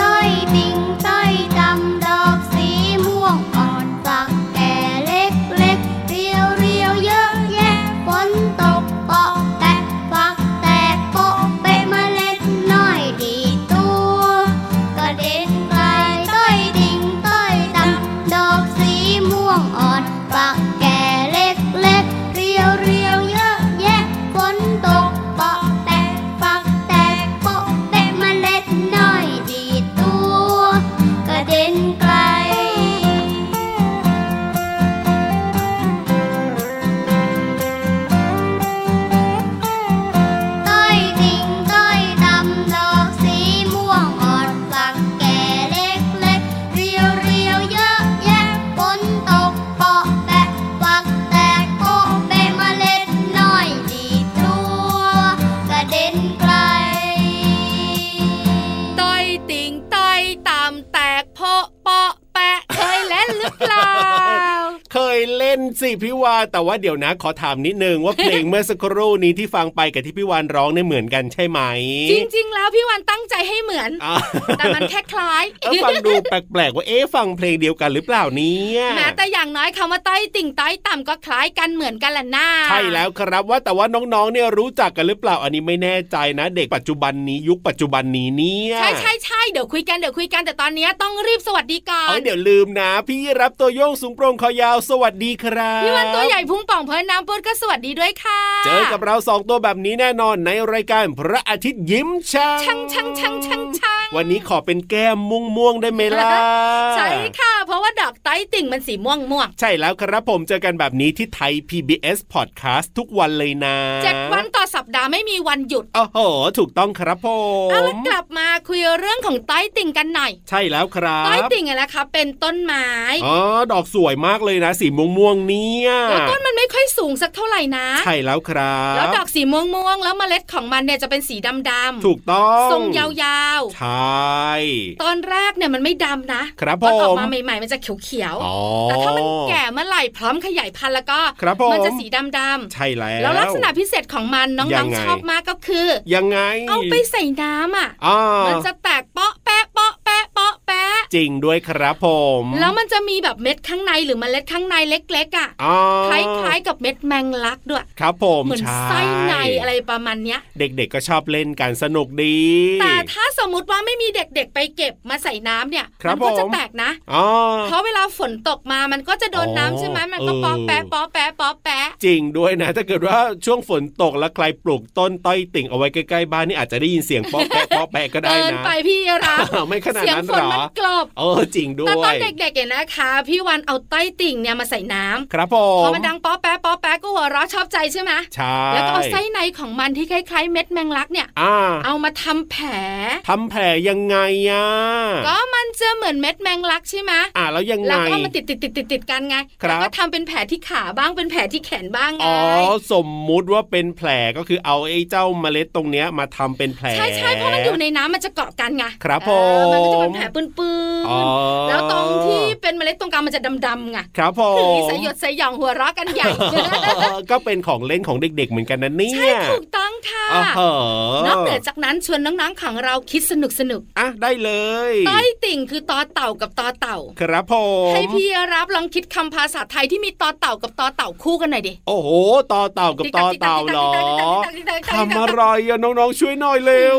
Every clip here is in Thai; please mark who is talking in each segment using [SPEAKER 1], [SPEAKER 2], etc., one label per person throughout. [SPEAKER 1] ต้อยติ่งต้อยดำดอกสีม่วงอ่อนฝักแก่เล็กเล็กเรียวเรียวเยอะแยะฝนตกเปาะแตะฝักแตกโปะเปะเมล็ดน้อยดีตัวกระเด็นไกลต้อยติ่งต้อยดำดอกสีม่วงอ่อนฝักแก่เล็กเล็กเรียวเรียวเยอะแยะฝนตกเปาะแตะฝักแตกโปะเปะเมล็ดน้อยดีตัวกระเด็นไกล ต้อยติ่งต้อยดำดอกสีม่วงอ่อนฝักแก่เล็กเล็กเรียวเรียวเยอะแยะฝนตกเปาะแปะฝักแตกโปะเปะเมล็ดน้อยดีตัวกระเด็นไกล
[SPEAKER 2] ต้อยติ่งต้อยตามแตกเพาะเปาะแปะเคยเล่นหรือเปล่า
[SPEAKER 3] เคยเล่นสิพี่วานแต่ว่าเดี๋ยวนะขอถามนิดนึงว่าเพลงเมื่อสักครู่นี้ที่ฟังไปกับที่พี่วานร้องเนี่ยเหมือนกันใช่ไหม
[SPEAKER 2] จริงๆ แล้วพี่วันตั้งใจให้เหมือน
[SPEAKER 3] อ่ะ
[SPEAKER 2] แต่มันแค่คล้าย
[SPEAKER 3] เอ้า ฟังดูแปลกๆว่าเอ๊ะฟังเพลงเดียวกันหรือเปล่าเนี่ย
[SPEAKER 2] แม้แต่อย่างน้อยคำว่าต้อยติ่งต้อยต่ำก็คล้ายกันเหมือนกันแหละน้า
[SPEAKER 3] ใช่แล้วครับว่าแต่ว่าน้องๆเนี่ยรู้จักกันหรือเปล่าอันนี้ไม่แน่ใจนะ เด็กปัจจุบันนี้ยุคปัจจุบันนี้เนี่ย
[SPEAKER 2] ใช่ใช่ใช่เดี๋ยวคุยกันเดี๋ยวคุยกันแต่ตอนนี้ต้องรีบสวัสดีก่อ
[SPEAKER 3] เอ้
[SPEAKER 2] น
[SPEAKER 3] ยเดี๋ยวลืมนะ พี่รับตัวโยงสูงโปร่งคอยาวสวัสดีครับ
[SPEAKER 2] พี่วันตัวใหญ่พุงป่องเพลินน้ำปุดก็สวัสดีด้วยค่ะ
[SPEAKER 3] เจอกับเราสองตัวแบบนี้แน่นอนในรายการพระอาทิตย์ยิ้มช่าง
[SPEAKER 2] ชังชังชังชังชัง
[SPEAKER 3] วันนี้ขอเป็นแก้มม่วงม่วงๆได้ไหมล่ะ
[SPEAKER 2] ใช่ค่ะ เพราะว่าดอกต้อยติ่งมันสีม่วงม่วง
[SPEAKER 3] ใช่แล้วครับผมเจอกันแบบนี้ที่ไทย PBS Podcast ทุกวันเลยนะ
[SPEAKER 2] ๆเจ็ดวันต่อสัปดาห์ไม่มีวันหยุด
[SPEAKER 3] โอ้โห ถูกต้องครับผ
[SPEAKER 2] เอา
[SPEAKER 3] ม
[SPEAKER 2] ละกลับมาคุยเรื่องของต้อยติ่งกันหน่อย
[SPEAKER 3] ใช่แล้วครั
[SPEAKER 2] ต้อย
[SPEAKER 3] บ
[SPEAKER 2] ติ่งอะนะคะเป็นต้นไม้
[SPEAKER 3] อ๋อดอกสวยมากเลยนะ สีม่วงม่วงๆเนี่ย
[SPEAKER 2] แล้วต้นมันไม่ค่อยสูงสักเท่าไหร่นะ
[SPEAKER 3] ใช่แล้วครั
[SPEAKER 2] แล้ว
[SPEAKER 3] บ
[SPEAKER 2] ดอกสีม่วงม่วงๆแล้วเมล็ดของมันเนี่ยจะเป็นสีดำดำๆ
[SPEAKER 3] ถูกต้อง
[SPEAKER 2] ทรงยาว
[SPEAKER 3] ใช่
[SPEAKER 2] ๆ ตอนแรกเนี่ยมันไม่ดำนะครับ ต
[SPEAKER 3] ผ
[SPEAKER 2] อนออก
[SPEAKER 3] ม
[SPEAKER 2] มาใหม่ๆ มันจะเขียว
[SPEAKER 3] อ๋อ
[SPEAKER 2] ๆแต่ถ้ามันแก่เมื่อไหร่พร้อมขยายพันธุ์แล้วก็
[SPEAKER 3] ครับผม
[SPEAKER 2] มันจะสีดำด
[SPEAKER 3] ใช่แล้ว
[SPEAKER 2] ำแล้วลักษณะพิเศษของมันน้
[SPEAKER 3] ยั
[SPEAKER 2] อง
[SPEAKER 3] งไง
[SPEAKER 2] ๆชอบมากก็คือ
[SPEAKER 3] ยังไง
[SPEAKER 2] เอาไปใส่น้ำอ่ะ
[SPEAKER 3] อ่า
[SPEAKER 2] มันจะแตกเปาะแปะเปาะแปะเปาะแปะ
[SPEAKER 3] จริงด้วยครับผม
[SPEAKER 2] แล้วมันจะมีแบบเม็ดข้างในหรือเมล็ดข้างในเล็ก ๆ อ่ะ
[SPEAKER 3] อ่า
[SPEAKER 2] คล้ายๆกับเม็ดแมงลักด้วย
[SPEAKER 3] ครับผม
[SPEAKER 2] เหมือน
[SPEAKER 3] ใช่
[SPEAKER 2] ไส้ในอะไรประมาณเนี้ย
[SPEAKER 3] เด็กๆก็ชอบเล่นกันสนุกดี
[SPEAKER 2] แต่ถ้าสมมติว่าไม่มีเด็กๆ ไปเก็บมาใส่น้ำเนี่ย
[SPEAKER 3] ครับ
[SPEAKER 2] มัก็จะ
[SPEAKER 3] ผม
[SPEAKER 2] แตกนะ
[SPEAKER 3] อ๋อ
[SPEAKER 2] เพราะเวลาฝนตกมามันก็จะโดน
[SPEAKER 3] อ๋อ
[SPEAKER 2] น้ำใช่ไหมมันก็
[SPEAKER 3] เออ
[SPEAKER 2] ปอแปะปอแปะปอแปะ
[SPEAKER 3] จริงด้วยนะ ถ้าเกิดว่าช่วงฝนตกแล้วใครปลูกต้นต้อยติ่งเอาไว้ใกล้ๆบ้านนี่อาจจะได้ยินเสียงป๊อกแปะป๊อกแปะก็ได้
[SPEAKER 2] เกิน
[SPEAKER 3] นะ
[SPEAKER 2] ไปพี่รัก
[SPEAKER 3] อ้าวไม่ขนาด
[SPEAKER 2] เสียง
[SPEAKER 3] นั้น
[SPEAKER 2] ฝ
[SPEAKER 3] ห
[SPEAKER 2] น
[SPEAKER 3] รอ
[SPEAKER 2] มันกลบ
[SPEAKER 3] เออจริงด้
[SPEAKER 2] แต่
[SPEAKER 3] ว
[SPEAKER 2] ตอน
[SPEAKER 3] ย
[SPEAKER 2] เด็กๆเนี่ยนะคะ พี่วันเอาไต้ติ่งเนี่ยมาใส่น้ำ
[SPEAKER 3] ครับผ
[SPEAKER 2] พ
[SPEAKER 3] ม
[SPEAKER 2] อมันดังปอแปะปอแปะก็หัวเราะชอบใจใช่ไหม
[SPEAKER 3] ใช่
[SPEAKER 2] แล้วก็เอาไส้ในของมันที่คล้ายๆ เม็ดแมงลักเนี่ย
[SPEAKER 3] อ่า
[SPEAKER 2] เอามาทำแผล
[SPEAKER 3] ทำแผลยังไงอ่ะ
[SPEAKER 2] ก็มันจะเหมือนเม็ดแมงลักใช่ไหม
[SPEAKER 3] อ่าแล้วยังไง
[SPEAKER 2] แล้วก็เอามาติดติดติดติดติดกันไง
[SPEAKER 3] ครั
[SPEAKER 2] แล้
[SPEAKER 3] บ
[SPEAKER 2] วก็ทำเป็นแผลที่ขาบ้างเป็นแผลที่แขนบ้างไง
[SPEAKER 3] อ๋อสมมุติว่าเป็นแผลก็คือเอาไอ้เจ้าเมล็ดตรงเนี้ยมาทำเป็นแผล
[SPEAKER 2] ใช่ใช่เพราะมันอยู่ในน้ำมันจะเกาะกันไง
[SPEAKER 3] ครับ
[SPEAKER 2] เออมันก็จะเป็
[SPEAKER 3] ผ
[SPEAKER 2] น
[SPEAKER 3] ม
[SPEAKER 2] แผลปื้น
[SPEAKER 3] อ๋อ
[SPEAKER 2] ๆแล้วตรงที่เป็นเมล็ดตรงกลางมันจะดำๆไง
[SPEAKER 3] ครับผ
[SPEAKER 2] คือ
[SPEAKER 3] ม
[SPEAKER 2] สยดสยองหัวเราะกันใหญ่
[SPEAKER 3] ก็เป็นของเล่นของเด็กๆ เหมือนกันนะเนี่ย
[SPEAKER 2] ใช่ถูกต้องค่ะ
[SPEAKER 3] อ่าฮะ
[SPEAKER 2] นอกเหนือจากนั้นชวนน้องๆของเราคิดสนุกสนุก
[SPEAKER 3] อ่ะได้เลย
[SPEAKER 2] ต้อยติ่งคือตอเต่ากับตอเต่า
[SPEAKER 3] ครับผม
[SPEAKER 2] ให้พี่รับลองคิดคำภาษาไทยที่มีตอเต่ากับตอเต่าคู่กันหน่อยดิ
[SPEAKER 3] โอ้โหต่อเต่ากับต่อเต่าเหรอ
[SPEAKER 2] ติ๊กตักติ๊กตักติ๊กตักติ๊กตักติ๊กตักติ๊กตั
[SPEAKER 3] ท
[SPEAKER 2] ก
[SPEAKER 3] ำอะไรอะน้องๆ ช่วยหน่อยเร็ว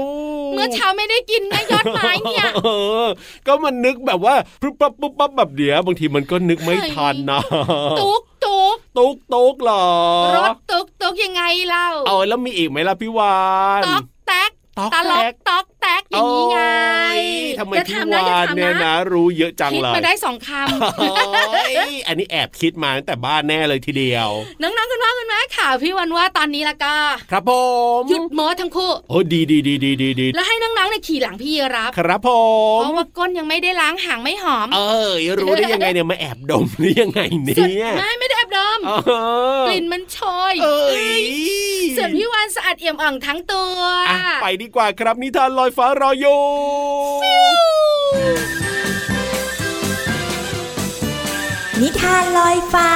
[SPEAKER 2] เมื่อเช้าไม่ได้กินนะยอดไม้ เนี่ย
[SPEAKER 3] ออก็มันนึกแบบว่าปุ๊บปั๊บปุ๊บปั๊บแบบเดียวบางทีมันก็นึกไม่
[SPEAKER 2] เฮ้ย
[SPEAKER 3] ทันนะ
[SPEAKER 2] ตุ๊กตุ๊ก
[SPEAKER 3] ตุ๊กตุ๊กเหรอ
[SPEAKER 2] รถตุ๊กตุ๊กยังไงเล่า
[SPEAKER 3] เอาแล้วมีอีกไหมล่ะพี่วาน
[SPEAKER 2] ต๊อกแตก
[SPEAKER 3] ต๊อก
[SPEAKER 2] ตะลอ
[SPEAKER 3] แต๊
[SPEAKER 2] ก
[SPEAKER 3] ก
[SPEAKER 2] ต๊อกแต ต๊กอย่างนี้ไง
[SPEAKER 3] โอ้ยทำไม
[SPEAKER 2] จะ
[SPEAKER 3] พี่
[SPEAKER 2] ทำนะ
[SPEAKER 3] วา
[SPEAKER 2] จะ
[SPEAKER 3] น
[SPEAKER 2] ทำ
[SPEAKER 3] เนี่ย
[SPEAKER 2] นะ
[SPEAKER 3] นะรู้เยอะจัง
[SPEAKER 2] คิด
[SPEAKER 3] เลย
[SPEAKER 2] มาได้สองค
[SPEAKER 3] โอ้ยอันนี้แอบคิดมาตั้งแต่บ้านแน่เลยทีเดียว
[SPEAKER 2] ำน้องๆคุณพ่อคุณแม่ข่าวพี่วันว่าตอนนี้ละก็
[SPEAKER 3] ครับผม
[SPEAKER 2] หยุดโมดทั้งคู่
[SPEAKER 3] โอ้ดีดีดีดีดีดี
[SPEAKER 2] แล้วให้น้องๆเนี่ยขี่หลังพี่ยีรับ
[SPEAKER 3] ครับผม
[SPEAKER 2] เพราะว่าก้นยังไม่ได้ล้างหางไม่หอม
[SPEAKER 3] เอ้ยรู้ได้ยังไงเนี่ยมาแอบดมหรือยังไง
[SPEAKER 2] ส่วน
[SPEAKER 3] เนี่ย
[SPEAKER 2] ไม่ไม่ได้แอบดม
[SPEAKER 3] เออก
[SPEAKER 2] ลิ่นมันโชย
[SPEAKER 3] เอ้ย
[SPEAKER 2] ส่วนพี่วันสะอาดเอี่ยมอ่องทั้งตัว
[SPEAKER 3] อ่ะไปดีกว่าครับนิทานลอยฟ้ารออยู่
[SPEAKER 4] นิทานลอยฟ้า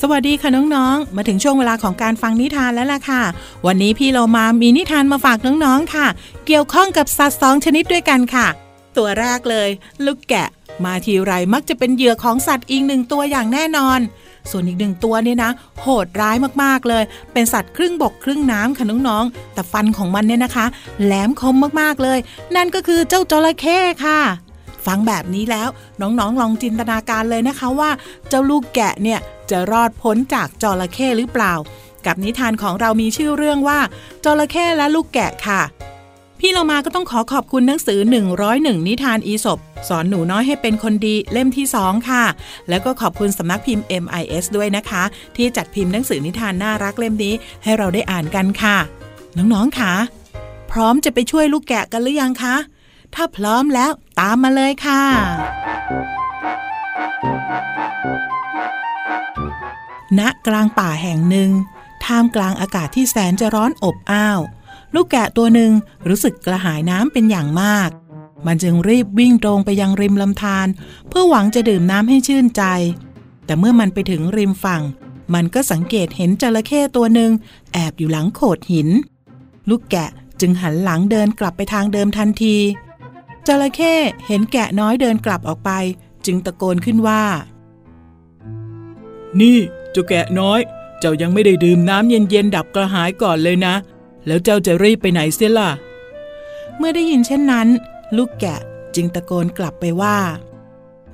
[SPEAKER 5] สวัสดีค่ะน้องๆ มาถึงช่วงเวลาของการฟังนิทานแล้วล่ะค่ะ วันนี้พี่เรามามีนิทานมาฝากน้องๆ ค่ะ เกี่ยวข้องกับสัตว์สองชนิดด้วยกันค่ะ ตัวแรกเลย ลูกแกะ มาทีไรมักจะเป็นเหยื่อของสัตว์อีกหนึ่งตัวอย่างแน่นอน ส่วนอีกหนึ่งตัวเนี่ยนะ โหดร้ายมากๆเลย เป็นสัตว์ครึ่งบกครึ่งน้ำค่ะน้องๆ แต่ฟันของมันเนี่ยนะคะ แหลมคมมากๆเลย นั่นก็คือเจ้าจระเข้ค่ะ ฟังแบบนี้แล้วน้องๆ ลองจินตนาการเลยนะคะว่า เจ้าลูกแกะเนี่ยจะรอดพ้นจากจระเข้หรือเปล่า กับนิทานของเรามีชื่อเรื่องว่าจระเข้และลูกแกะค่ะ พี่เรามาก็ต้องขอขอบคุณหนังสือ 101 นิทานอีสบสอนหนูน้อยให้เป็นคนดีเล่มที่ 2 ค่ะ แล้วก็ขอบคุณสำนักพิมพ์ MIS ด้วยนะคะ ที่จัดพิมพ์หนังสือนิทานน่ารักเล่มนี้ให้เราได้อ่านกันค่ะ น้องๆค่ะ พร้อมจะไปช่วยลูกแกะกันหรือยังคะ ถ้าพร้อมแล้วตามมาเลยค่ะ ณกลางป่าแห่งหนึ่ง ท่ามกลางอากาศที่แสนจะร้อนอบอ้าว ลูกแกะตัวหนึ่งรู้สึกกระหายน้ำเป็นอย่างมาก มันจึงรีบวิ่งตรงไปยังริมลำธารเพื่อหวังจะดื่มน้ำให้ชื่นใจ แต่เมื่อมันไปถึงริมฝั่ง มันก็สังเกตเห็นจระเข้ตัวหนึ่งแอบอยู่หลังโขดหิน ลูกแกะจึงหันหลังเดินกลับไปทางเดิมทันที จระเข้เห็นแกะน้อยเดินกลับออกไป จึงตะโกนขึ้นว่า นี่เจ้าแกะน้อย เจ้ายังไม่ได้ดื่มน้ำเย็นๆดับกระหายก่อนเลยนะ แล้วเจ้าจะรีบไปไหนเสียล่ะ เมื่อได้ยินเช่นนั้น ลูกแกะจึงตะโกนกลับไปว่า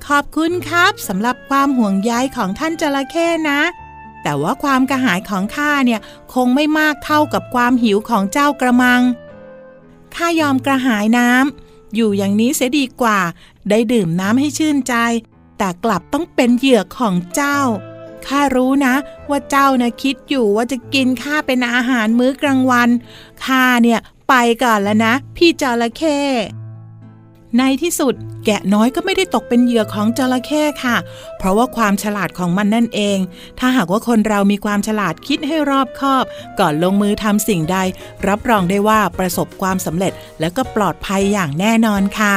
[SPEAKER 5] ขอบคุณครับสำหรับความห่วงใยของท่านจระเข้นะ แต่ว่าความกระหายของข้าเนี่ยคงไม่มากเท่ากับความหิวของเจ้ากระมัง ข้ายอมกระหายน้ำอยู่อย่างนี้เสียดีกว่า ได้ดื่มน้ำให้ชื่นใจ แต่กลับต้องเป็นเหยื่อของเจ้า ข้ารู้นะ ว่าเจ้านะคิดอยู่ว่าจะกินข้าเป็นอาหารมื้อกลางวัน ข้าเนี่ยไปก่อนแล้วนะ พี่จระเข้ ในที่สุดแกะน้อยก็ไม่ได้ตกเป็นเหยื่อของจระเข้ค่ะ เพราะว่าความฉลาดของมันนั่นเอง ถ้าหากว่าคนเรามีความฉลาดคิดให้รอบคอบ ก่อนลงมือทำสิ่งใด รับรองได้ว่าประสบความสำเร็จและก็ปลอดภัยอย่างแน่นอนค่ะ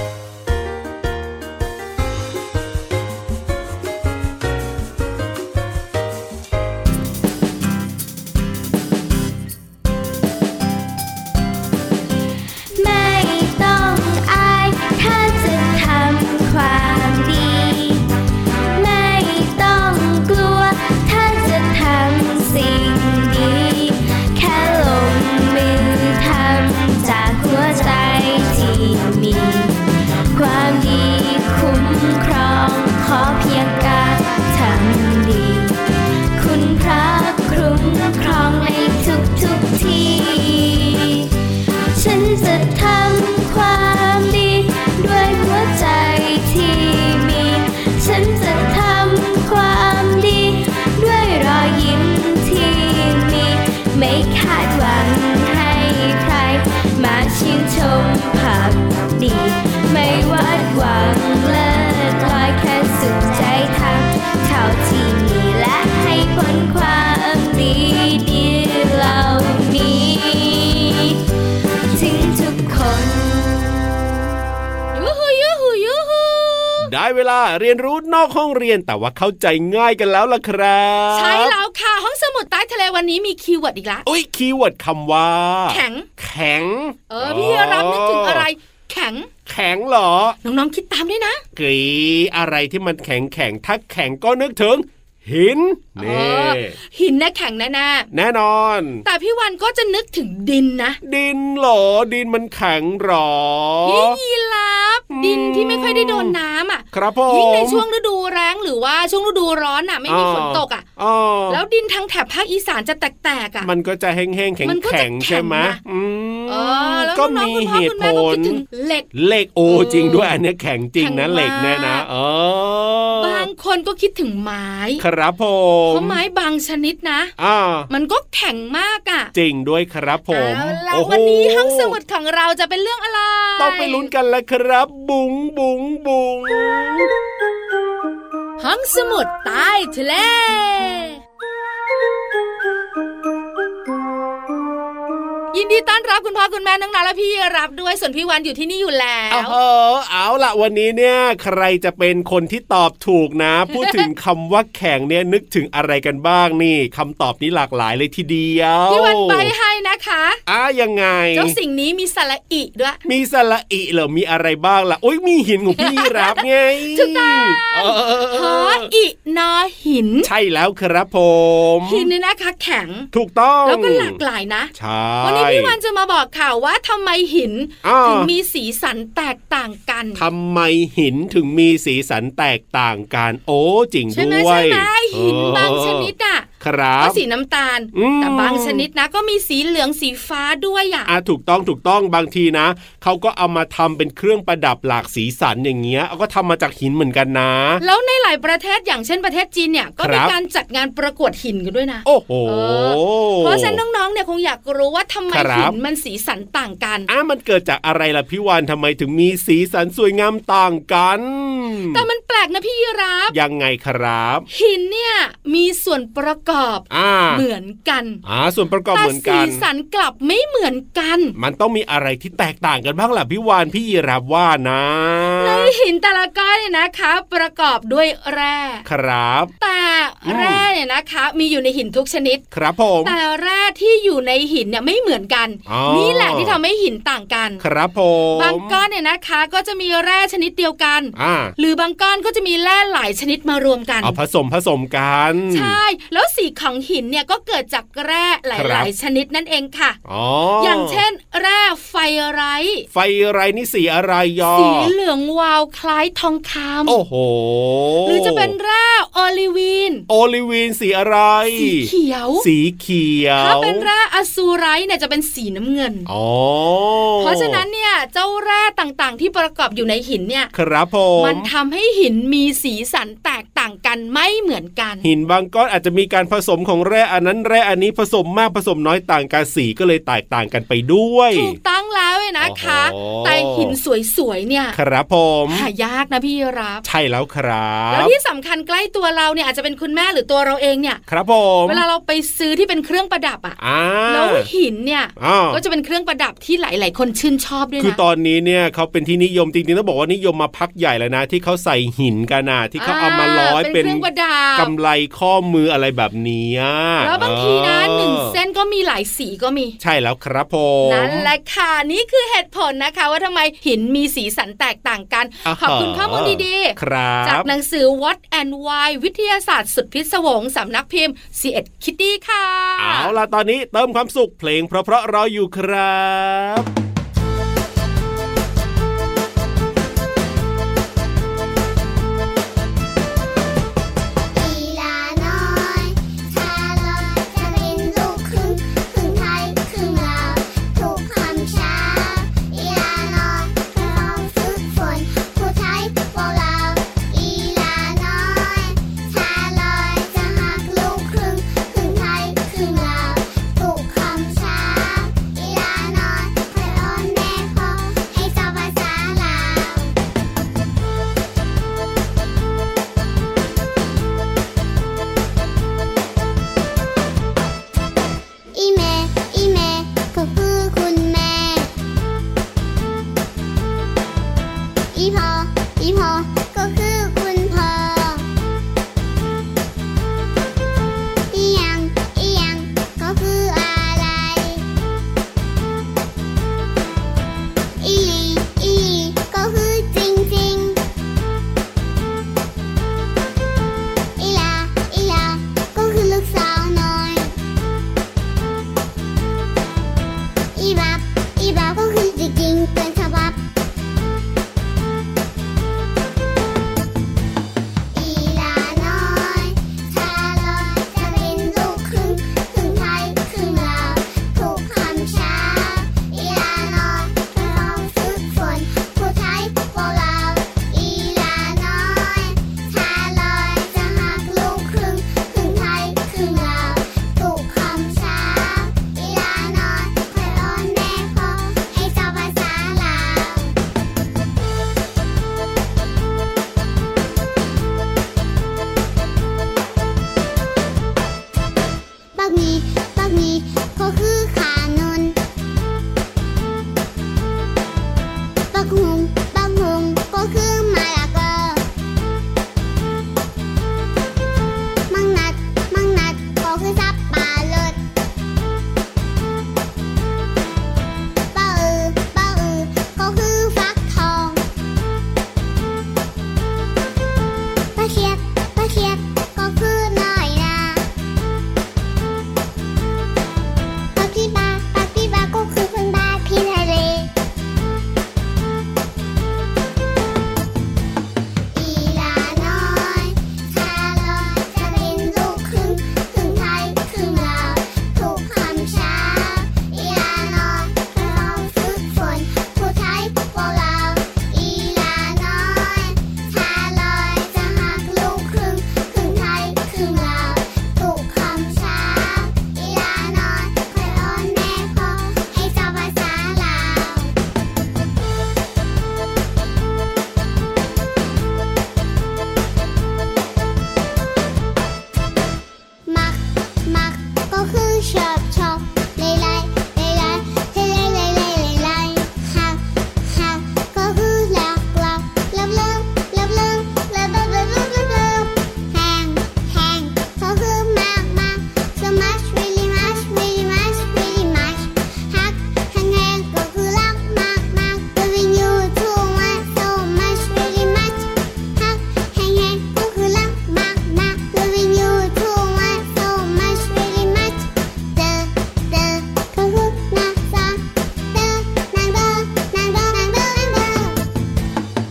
[SPEAKER 6] ไม่ต้องอายถ้าจะทำความดี ไม่ต้องกลัวถ้าจะทำสิ่งดี แค่ลงมือทำจากหัวใจที่มี ความดีคุ้มครองขอเพียงการทำดี คุณพระคุ้มครองในทุกทุกๆที่ ฉันจะทำความดี ด้วยหัวใจที่มี ฉันจะทำความดี ด้วยรอยยิ้มที่มี ไม่คาดหวังให้ใคร มาชื่นชมผักดี ไม่วาดหวังเลิศลอยแค่สุขใจทำเท่าที่มีและให้ผลความดีดีๆเหล่านี้ ถึงทุกคน
[SPEAKER 2] ยูฮูยูฮูยูฮู
[SPEAKER 3] ได้เวลาเรียนรู้นอกห้องเรียนแต่ว่าเข้าใจง่ายกันแล้วล่ะครับ
[SPEAKER 2] ใช่แล้วค่ะห้องสมุดใต้ทะเลวันนี้มีคีย์เวิร์ดอีกละ
[SPEAKER 3] อุ้ยคีย์เวิร์ดคำว่า
[SPEAKER 2] แข็ง
[SPEAKER 3] แข็ง
[SPEAKER 2] เออพี่รับนึกถึงอะไร แข็ง
[SPEAKER 3] แข็งเหรอ
[SPEAKER 2] น้องๆคิดตามด้วยนะ
[SPEAKER 3] กรีอะไรที่มันแข็งแข็งๆถ้าแข็งก็นึกถึง หิน
[SPEAKER 2] เอ
[SPEAKER 3] นี่
[SPEAKER 2] อหินนะแข็งแน่
[SPEAKER 3] แน่นอน
[SPEAKER 2] ๆแต่พี่วันก็จะนึกถึงดินนะ
[SPEAKER 3] ดินเหรอดินมันแข็งเหรอ
[SPEAKER 2] ยิ่งยีราฟดินที่ไม่ค่อยได้โดนน้ำอ่ะ
[SPEAKER 3] ครับผม
[SPEAKER 2] ยิ่งในช่วงฤดูแล้งหรือว่าช่วงฤดูร้อนอ่ะ ไม่มีฝนตกอ่ะ
[SPEAKER 3] อ๋อ
[SPEAKER 2] แล้วดินทางแถบภาคอีสานจะแตกๆอ่ะ
[SPEAKER 3] มันก็จะแห้งๆแข็ง
[SPEAKER 2] มันก็จะ
[SPEAKER 3] แข็ง
[SPEAKER 2] แข็ง
[SPEAKER 3] ใช่ไหม
[SPEAKER 2] นะ
[SPEAKER 3] อืม
[SPEAKER 2] เออแล้ว
[SPEAKER 3] ก็
[SPEAKER 2] น้อง
[SPEAKER 3] มี
[SPEAKER 2] คุณ
[SPEAKER 3] เห
[SPEAKER 2] พ่อคุ
[SPEAKER 3] ตุ
[SPEAKER 2] ณ
[SPEAKER 3] ผล
[SPEAKER 2] แม่ก็คิดถึงเหล็ก
[SPEAKER 3] เหล็กโอ
[SPEAKER 2] เออ
[SPEAKER 3] จริงด้วยอันเนี้ยแข็งจริงนะ
[SPEAKER 2] แข็งมาก
[SPEAKER 3] เหล็กเนี่ยนะเออบ
[SPEAKER 2] างคนก็คิดถึงไม้
[SPEAKER 3] ครับผม
[SPEAKER 2] เพราะไม้บางชนิดนะ
[SPEAKER 3] อ่า
[SPEAKER 2] มันก็แข็งมากอ่ะ
[SPEAKER 3] จริงด้วยครับผม
[SPEAKER 2] เอาละ
[SPEAKER 3] โอ้โห
[SPEAKER 2] วันนี้ห้องสมุดของเราจะเป็นเรื่องอะไร
[SPEAKER 3] ต้องไปลุ้นกันแล้วครับ บุ๋งบุ๋งบุ๋ง
[SPEAKER 2] ห้องสมุดใต้ทะเล ยินดีต้อนรับคุณพ่อคุณแม่น้องนาและพี่รับด้วยส่วนพี่วันอยู่ที่นี่อยู่แล้
[SPEAKER 3] เอา
[SPEAKER 2] ว
[SPEAKER 3] เหอะเอาละวันนี้เนี่ย ใครจะเป็นคนที่ตอบถูก นะ พูดถึงคำว่าแข็งเนี่ยนึกถึงอะไรกันบ้างนี่คำตอบนี้หลากหลายเลยทีเดียว
[SPEAKER 2] พี่วันไปให้นะคะ
[SPEAKER 3] อ่ะยังไง
[SPEAKER 2] เจ้าสิ่งนี้มีสระอิด้วย
[SPEAKER 3] มีสระอิเหรอมีอะไรบ้างล่ะโอ้ยมีหินของพี่ยีรับไง
[SPEAKER 2] ถูกต้อง
[SPEAKER 3] เออเออเอ
[SPEAKER 2] หอ
[SPEAKER 3] อ
[SPEAKER 2] อินอหิน
[SPEAKER 3] ใช่แล้วครับผม
[SPEAKER 2] หินเนี่ยนะคะแข็ง
[SPEAKER 3] ถูกต้อง
[SPEAKER 2] แล้วก็หลากหลายนะ
[SPEAKER 3] ใช่
[SPEAKER 2] วันนี้พี่วันจะมาบอกข่าวว่าทำไมหิน
[SPEAKER 3] อ้าว
[SPEAKER 2] ถึงมีสีสันแตกต่างกัน
[SPEAKER 3] ทำไมหินถึงมีสีสันแตกต่างกันโอ้จริง
[SPEAKER 2] ใช่ไหม
[SPEAKER 3] ด้ว
[SPEAKER 2] ใช่
[SPEAKER 3] ย
[SPEAKER 2] ไหมหิน
[SPEAKER 3] เออบ
[SPEAKER 2] างชนิดอ่ะ
[SPEAKER 3] ครั
[SPEAKER 2] ก็
[SPEAKER 3] บ
[SPEAKER 2] สีน้ำตาล
[SPEAKER 3] อืม
[SPEAKER 2] แต่บางชนิดนะ ก็มีสีเหลืองสีฟ้าด้วยอ่ะ
[SPEAKER 3] อ่ะถูกต้องถูกต้องบางทีนะเขาก็เอามาทำเป็นเครื่องประดับหลากสีสันอย่างเงี้ยเอาก็ทำมาจากหินเหมือนกันนะ
[SPEAKER 2] แล้วในหลายประเทศอย่างเช่นประเทศจีนเนี่ย ก็มี
[SPEAKER 3] ครับ
[SPEAKER 2] การจัดงานประกวดหินกันด้วยนะ
[SPEAKER 3] โอ้โห
[SPEAKER 2] เอ เพราะฉะนั้นน้องๆเนี่ยคงอยากรู้ว่าทำไม
[SPEAKER 3] ครับ
[SPEAKER 2] หินมันสีสันต่างกัน
[SPEAKER 3] อ่ะมันเกิดจากอะไรล่ะพี่วานทำไมถึงมีสีสันสวยงามต่างกัน
[SPEAKER 2] แต่มันแปลกนะพี่ยีรับ
[SPEAKER 3] ยังไงครับ
[SPEAKER 2] หินเนี่ยมีส่วนประกอบ
[SPEAKER 3] อ่า
[SPEAKER 2] เหมือนกัน
[SPEAKER 3] อ่าส่วนประกอบ
[SPEAKER 2] แต่
[SPEAKER 3] เหมือน
[SPEAKER 2] สี
[SPEAKER 3] กัน
[SPEAKER 2] สันกลับไม่เหมือนกัน
[SPEAKER 3] มันต้องมีอะไรที่แตกต่างกันบ้างล่ะพี่วานพี่ยีรับว่านะ
[SPEAKER 2] ในหินแต่ละก้อนเนี่ยนะคะ ประกอบด้วยแร่
[SPEAKER 3] ครับ
[SPEAKER 2] แต่
[SPEAKER 3] อืม
[SPEAKER 2] แร่เนี่ยนะคะ มีอยู่ในหินทุกชนิด
[SPEAKER 3] ครับผม
[SPEAKER 2] แต่แร่ที่อยู่ในหินเนี่ยไม่เหมือนกัน
[SPEAKER 3] อ๋อ
[SPEAKER 2] นี่แหละที่ทำให้หินต่างกัน
[SPEAKER 3] ครับผม
[SPEAKER 2] บางก้อนเนี่ยนะคะ ก็จะมีแร่ชนิดเดียวกัน
[SPEAKER 3] อ่า
[SPEAKER 2] หรือบางก้อนก็จะมีแร่หลายชนิดมารวมกัน
[SPEAKER 3] เอาผสมผสมกัน
[SPEAKER 2] ใช่ แล้วสีของหินเนี่ยก็เกิดจากแร่ห
[SPEAKER 3] ครั
[SPEAKER 2] ลาย
[SPEAKER 3] บ
[SPEAKER 2] ๆ ชนิดนั่นเองค่ะ
[SPEAKER 3] อ๋อ
[SPEAKER 2] อ
[SPEAKER 3] อย่าง
[SPEAKER 2] เช่น แร่ไฟไรท์
[SPEAKER 3] ไฟไรนี่สีอะไรยอ
[SPEAKER 2] สีเหลืองวาวคล้ายทองคำ
[SPEAKER 3] โอ้โห
[SPEAKER 2] หรือจะเป็นแร่โอลิวีน
[SPEAKER 3] โอลิวีนสีอะไร
[SPEAKER 2] สีเขียว
[SPEAKER 3] สีเขียว
[SPEAKER 2] ถ้าเป็นแร่อสูไรท์เนี่ยจะเป็นสีน้ำเงิน
[SPEAKER 3] อ๋อ
[SPEAKER 2] เพราะฉะนั้นเนี่ยเจ้าแร่ต่างๆ ที่ประกอบอยู่ในหินเนี่ย
[SPEAKER 3] ครับผม
[SPEAKER 2] มันทำให้หินมีสีสันแตกต่างกันไม่เหมือนกัน
[SPEAKER 3] หินบางก้อนอาจจะมีการผสมของแร่อันนั้นแร่อันนี้ผสมมากผสมน้อยต่างกันสีก็เลยแตกต่างกันไปด้วย
[SPEAKER 2] ถูกต้องแล้วเลยนะคะ
[SPEAKER 3] โอ้โห
[SPEAKER 2] แต่หินสวยๆเนี่ย
[SPEAKER 3] ครับผม
[SPEAKER 2] หายากนะพี่รับ
[SPEAKER 3] ใช่แล้วครั
[SPEAKER 2] แล้ว
[SPEAKER 3] บ
[SPEAKER 2] ที่สำคัญใกล้ตัวเราเนี่ยอาจจะเป็นคุณแม่หรือตัวเราเองเนี่ย
[SPEAKER 3] ครับผม
[SPEAKER 2] เวลาเราไปซื้อที่เป็นเครื่องประดับอะ
[SPEAKER 3] อ่า
[SPEAKER 2] แล้วหินเนี่ย
[SPEAKER 3] อ่า
[SPEAKER 2] ก็จะเป็นเครื่องประดับที่หลาย ๆ คนชื่นชอบด้วย
[SPEAKER 3] คือ
[SPEAKER 2] นะ
[SPEAKER 3] ตอนนี้เนี่ยเขาเป็นที่นิยมจริงๆต้องบอกว่านิยมมาพักใหญ่แล้วนะ ที่เขาใส่หินกันนะที่เขาเอามาร้อย
[SPEAKER 2] อ่าเป็นเครื่องประดับ
[SPEAKER 3] กำไรข้อมืออะไรแบบเนี้ย
[SPEAKER 2] แล้วบางทีนะ
[SPEAKER 3] ออ
[SPEAKER 2] หนึ่งเส้นก็มีหลายสีก็มี
[SPEAKER 3] ใช่แล้วครับผม
[SPEAKER 2] นั่นแหละค่ะนี่คือเหตุผลนะคะ ว่าทำไมหินมีสีสันแตกต่างกัน
[SPEAKER 3] า
[SPEAKER 2] ขอบคุณข้อมูลดี
[SPEAKER 3] ครั
[SPEAKER 2] ๆ
[SPEAKER 3] บ
[SPEAKER 2] จากหนังสือ What and Why วิทยาศาสตร์สุดพิศวงสำนักพิมพ์ c ีเอ็ดคิตตี้ค่ะ
[SPEAKER 3] เอาล่ะ ตอนนี้เติมความสุขเพลงเพราะๆรออยู่ครับ
[SPEAKER 1] อีลาน้อยชาลอตจะเป็นลูกครึ่งครึ่งไทยครึ่งลาวถูกคำช้าอีลาน้อยก็ต้องฝึกฝนผู้ไทยพวกเราอีลาน้อยชาลอตจะหักลูกครึ่งครึ่งไทยครึ่งลาวถูกคำช้าอีลาน้อยก็ต้อง บาวก็คือจริงๆเป็นฉบับ อีลาน้อยชาลอตจะเป็นลูกครึ่งครึ่งไทยครึ่งลาวถูกคำช้า อีลาน้อยเราลองฝึกฝนผู้ไทยพวกเรา อีลาน้อยชาลอตจะหักลูกครึ่งครึ่งไทยครึ่งลาวถูกคำช้า อีลาน้อยคอยอ้อนแม่พ่อให้เจ้าภาษาลาว บักมีบักมีก็คือขานนบักหงบักหงก็คือมาลาเกอมังนัด มังนัดก็คือสับปะรดปะอือปะอือก็คือฟักทองปะเทียบปะเทียบก็คือน้อยนา ปาปีบาปาปีบาก็คือเพื่อนบ้านพี่ทะเล อีลาน้อยชาลอยจะเป็นลูกครึ่งครึ่งไทยครึ่งลาวถูกคำช้า อีลาน้อยเราฝึกฝนผู้ไทยพวกเรา อีลาน้อยชาลอยจะหักลูกครึ่งครึ่งไทยครึ่งลาวถูกคำช้า อีลาน้อยคอยอ้อนแม่พ่อให้เจ้าภาษาลาว มัก มักก็คือชอบชอบไล่ไล่ไล่ไล่ไล่ไล่ไล่ไล่ไล่หักหักก็คือหลักหลักเลิบเลิบเลิบเลิบเลิบเลิบเลิบเลิบเลิบเลิบแหงแหงก็คือมากมาก so much really much really much really much หักแหงแหงก็คือรักมากมาก loving you too much so much really much ฮักแห้งแห้งก็คือรักมากมาก loving you too much so much really much เดอเดอก็คือนักซ้อนเดอนางเดอนางเดอนางเดอนางเดอ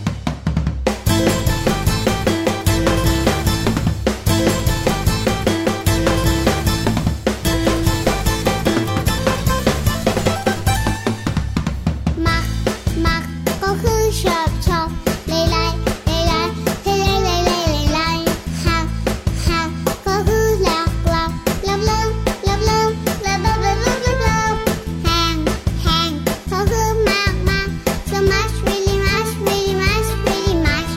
[SPEAKER 1] มัก มัก ก็คือชอบชอบไล่ไล่ไล่ไล่ไล่ไล่ไล่ไล่ไล่หักหักก็คือหลักหลักเลิบเลิบเลิบเลิบเลิบเลิบเลิบเลิบเลิบเลิบแหงแหงก็คือมากมาก so much really much really much really much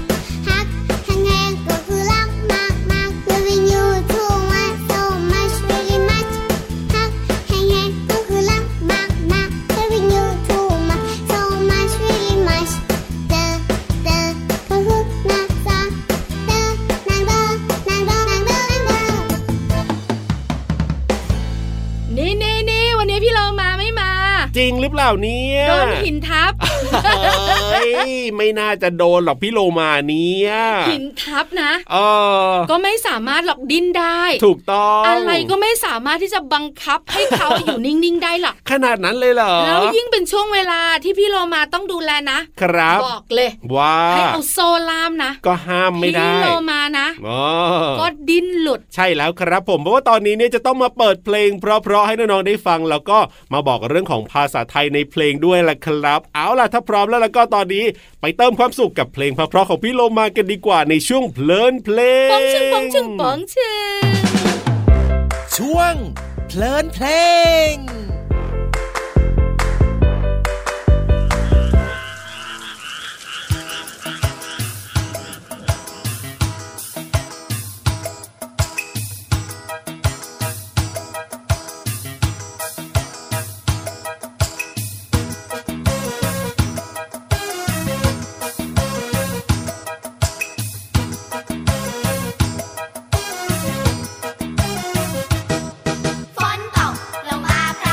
[SPEAKER 1] หักแหงแหงก็คือรักมากมาก loving you too much so much really much ฮักแห้งแห้งก็คือรักมากมาก loving you too much so much really much เดอเดอก็คือนักซ้อนเดอนางเดอนางเดอนางเดอนางเดอ
[SPEAKER 2] นี่นี่นี่วันนี้พี่เรามาไม่มา
[SPEAKER 3] จริงหรือเปล่าเนี่ย
[SPEAKER 2] โดนหินทับ
[SPEAKER 3] เอ้ยไม่น่าจะโดนหรอกพี่โลมาเนี่ย
[SPEAKER 2] หินทับนะ
[SPEAKER 3] เออ
[SPEAKER 2] ก็ไม่สามารถหลอกดิ้นได้
[SPEAKER 3] ถูกต้อง
[SPEAKER 2] อะไรก็ไม่สามารถที่จะบังคับให้เขา อยู่นิ่ง ๆ ได้หรอก
[SPEAKER 3] ขนาดนั้นเลยเหรอ
[SPEAKER 2] แล้วยิ่งเป็นช่วงเวลาที่พี่โลมาต้องดูแลนะครับ บอกเลย
[SPEAKER 3] ว่า
[SPEAKER 2] ให้เอาโซล่ามนะ
[SPEAKER 3] ก็ห้ามไม่ได้
[SPEAKER 2] พี่โลมานะ
[SPEAKER 3] อ๋อ
[SPEAKER 2] ก็ดิ้นหลุด
[SPEAKER 3] ใช่แล้วครับผมเพราะว่าตอนนี้เนี่ยจะต้องมาเปิดเพลง เพราะๆให้น้องๆได้ฟัง แล้วก็มาบอกเรื่องของภาษาไทยในเพลงด้วยล่ะครับ เอาล่ะถ้าพร้อมแล้วแล้วก็ตอนนี้ไปเติมความสุขกับเพลงเพราะๆของพี่โลมากันดีกว่าในช่วงเพลินเพลง
[SPEAKER 2] ปองชึงปองชึงปองชึง
[SPEAKER 7] ช่วง เพลินเพลง
[SPEAKER 1] ฝนตกลงมาพร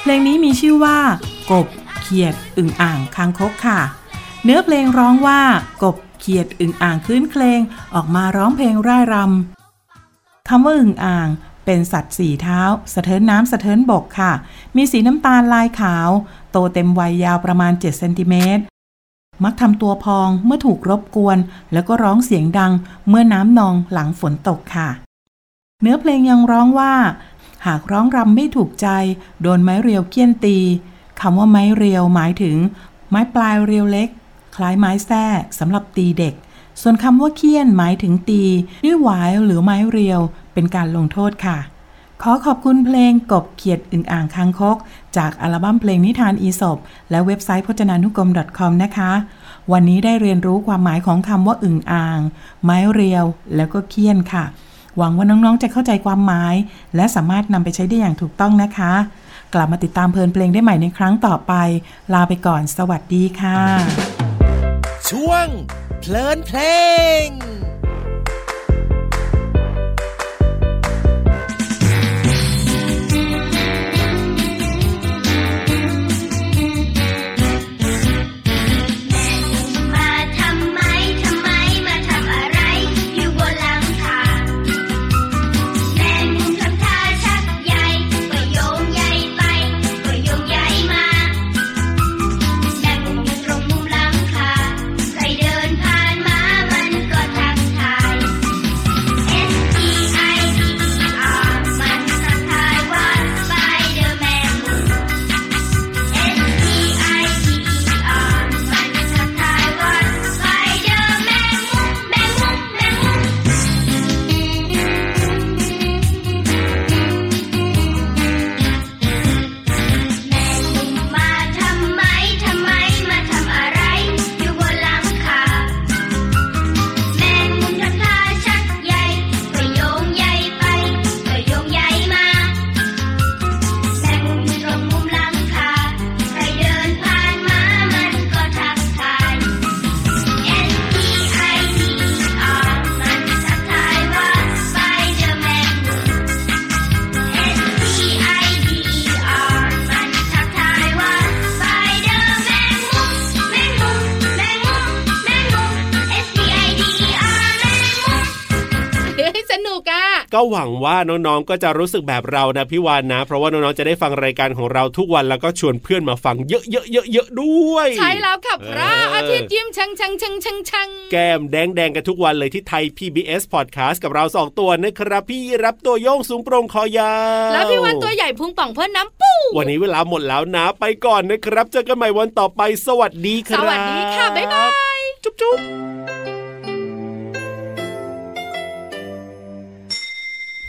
[SPEAKER 5] เพลงนี้มีชื่อว่า กบ เขียด อึ่งอ่างคางคกค่ะ เนื้อเพลงร้องว่า กบ เขียด อึ่งอ่างคลื้นเคลงออกมาร้องเพลงร่ายรำ คำว่าอึ่งอ่าง เป็นสัตว์สี่เท้า สะเทินน้ำสะเทินบกค่ะ มีสีน้ำตาลลายขาว โตเต็มวัยยาวประมาณ 7 เซนติเมตร มักทำตัวพองเมื่อถูกรบกวน แล้วก็ร้องเสียงดังเมื่อน้ำนองหลังฝนตกค่ะ เนื้อเพลงยังร้องว่า หากร้องรำไม่ถูกใจ โดนไม้เรียวเคี่ยนตีคำว่าไม้เรียวหมายถึง ไม้ปลายเรียวเล็ก คล้ายไม้แส้สำหรับตีเด็ก ส่วนคำว่าเคี่ยนหมายถึงตี ด้วยหวายหรือไม้เรียว เป็นการลงโทษค่ะ ขอขอบคุณเพลงกบเขียดอึ่งอ่างคางคก จากอัลบั้มเพลงนิทานอีสบและเว็บไซต์พจนานุกรม .com นะคะ วันนี้ได้เรียนรู้ความหมายของคำว่าอึ่งอ่าง ไม้เรียว แล้วก็เคี่ยนค่ะ หวังว่าน้อง ๆ จะเข้าใจความหมาย และสามารถนำไปใช้ได้อย่างถูกต้องนะคะ กลับมาติดตามเพลินเพลงได้ใหม่ในครั้งต่อไป ลาไปก่อน สวัสดีค่ะ
[SPEAKER 8] ช่วง เพลินเพลง
[SPEAKER 9] มาทำไม ทำไม มาทำอะไร อยู่บนหลังคาแมงมุมทำท่าชักใยก็โยงใยไป ก็โยงใยมาแมงมุมอยู่ตรงมุมหลังคาใครเดินผ่านมา มันก็ทักทาย S E I D E R มันทักทายว่าสไปเดอร์แมน S E I D E R มันทักทายว่าสไปเดอร์แมงมุมแมงมุมแมงมุม แมงมุมมาทำไม ทำไม มาทำอะไร อยู่บนหลังคาแมงมุมทำท่าชักใยก็โยงใยไป ก็โยงใยมา แมงมุมอยู่ตรงมุมหลังคาใครเดินผ่านมา มันก็ทักทาย S P I D E R มันทักทายว่าสไปเดอร์แมน S P I D E R มันทักทายว่าสไปเดอร์แมงมุมแมงมุมแมงมุมแมงมุม S P I D E R แมงมุม
[SPEAKER 2] เฮ้ยสนุกอ่ะ
[SPEAKER 3] ก็หวังว่าน้องๆ ก็จะรู้สึกแบบเรานะพี่วานนะ เพราะว่าน้องๆ จะได้ฟังรายการของเราทุกวันแล้วก็ชวนเพื่อนมาฟังเยอะๆๆๆด้วย
[SPEAKER 2] ใช่แล้วค่ะพระ
[SPEAKER 3] เอออ
[SPEAKER 2] อาทิตย์ยิ้มชังชังชังชังชัง
[SPEAKER 3] แก้มแดงๆ กันทุกวันเลยที่ไทย PBS Podcast กับเราสองตัวนะครับ พี่รับตัวโยงสูงโปรงคอยาว
[SPEAKER 2] แล้วพี่วันตัวใหญ่พุงป่องเพื่อนน้ำปู
[SPEAKER 3] วันนี้เวลาหมดแล้วนะ ไปก่อนนะครับ เจอกันใหม่วันต่อไป สวัสดีค
[SPEAKER 2] ส
[SPEAKER 3] รับ
[SPEAKER 2] วัสดีค่ะ บ๊ายบาย
[SPEAKER 3] จุ๊บจุ๊บ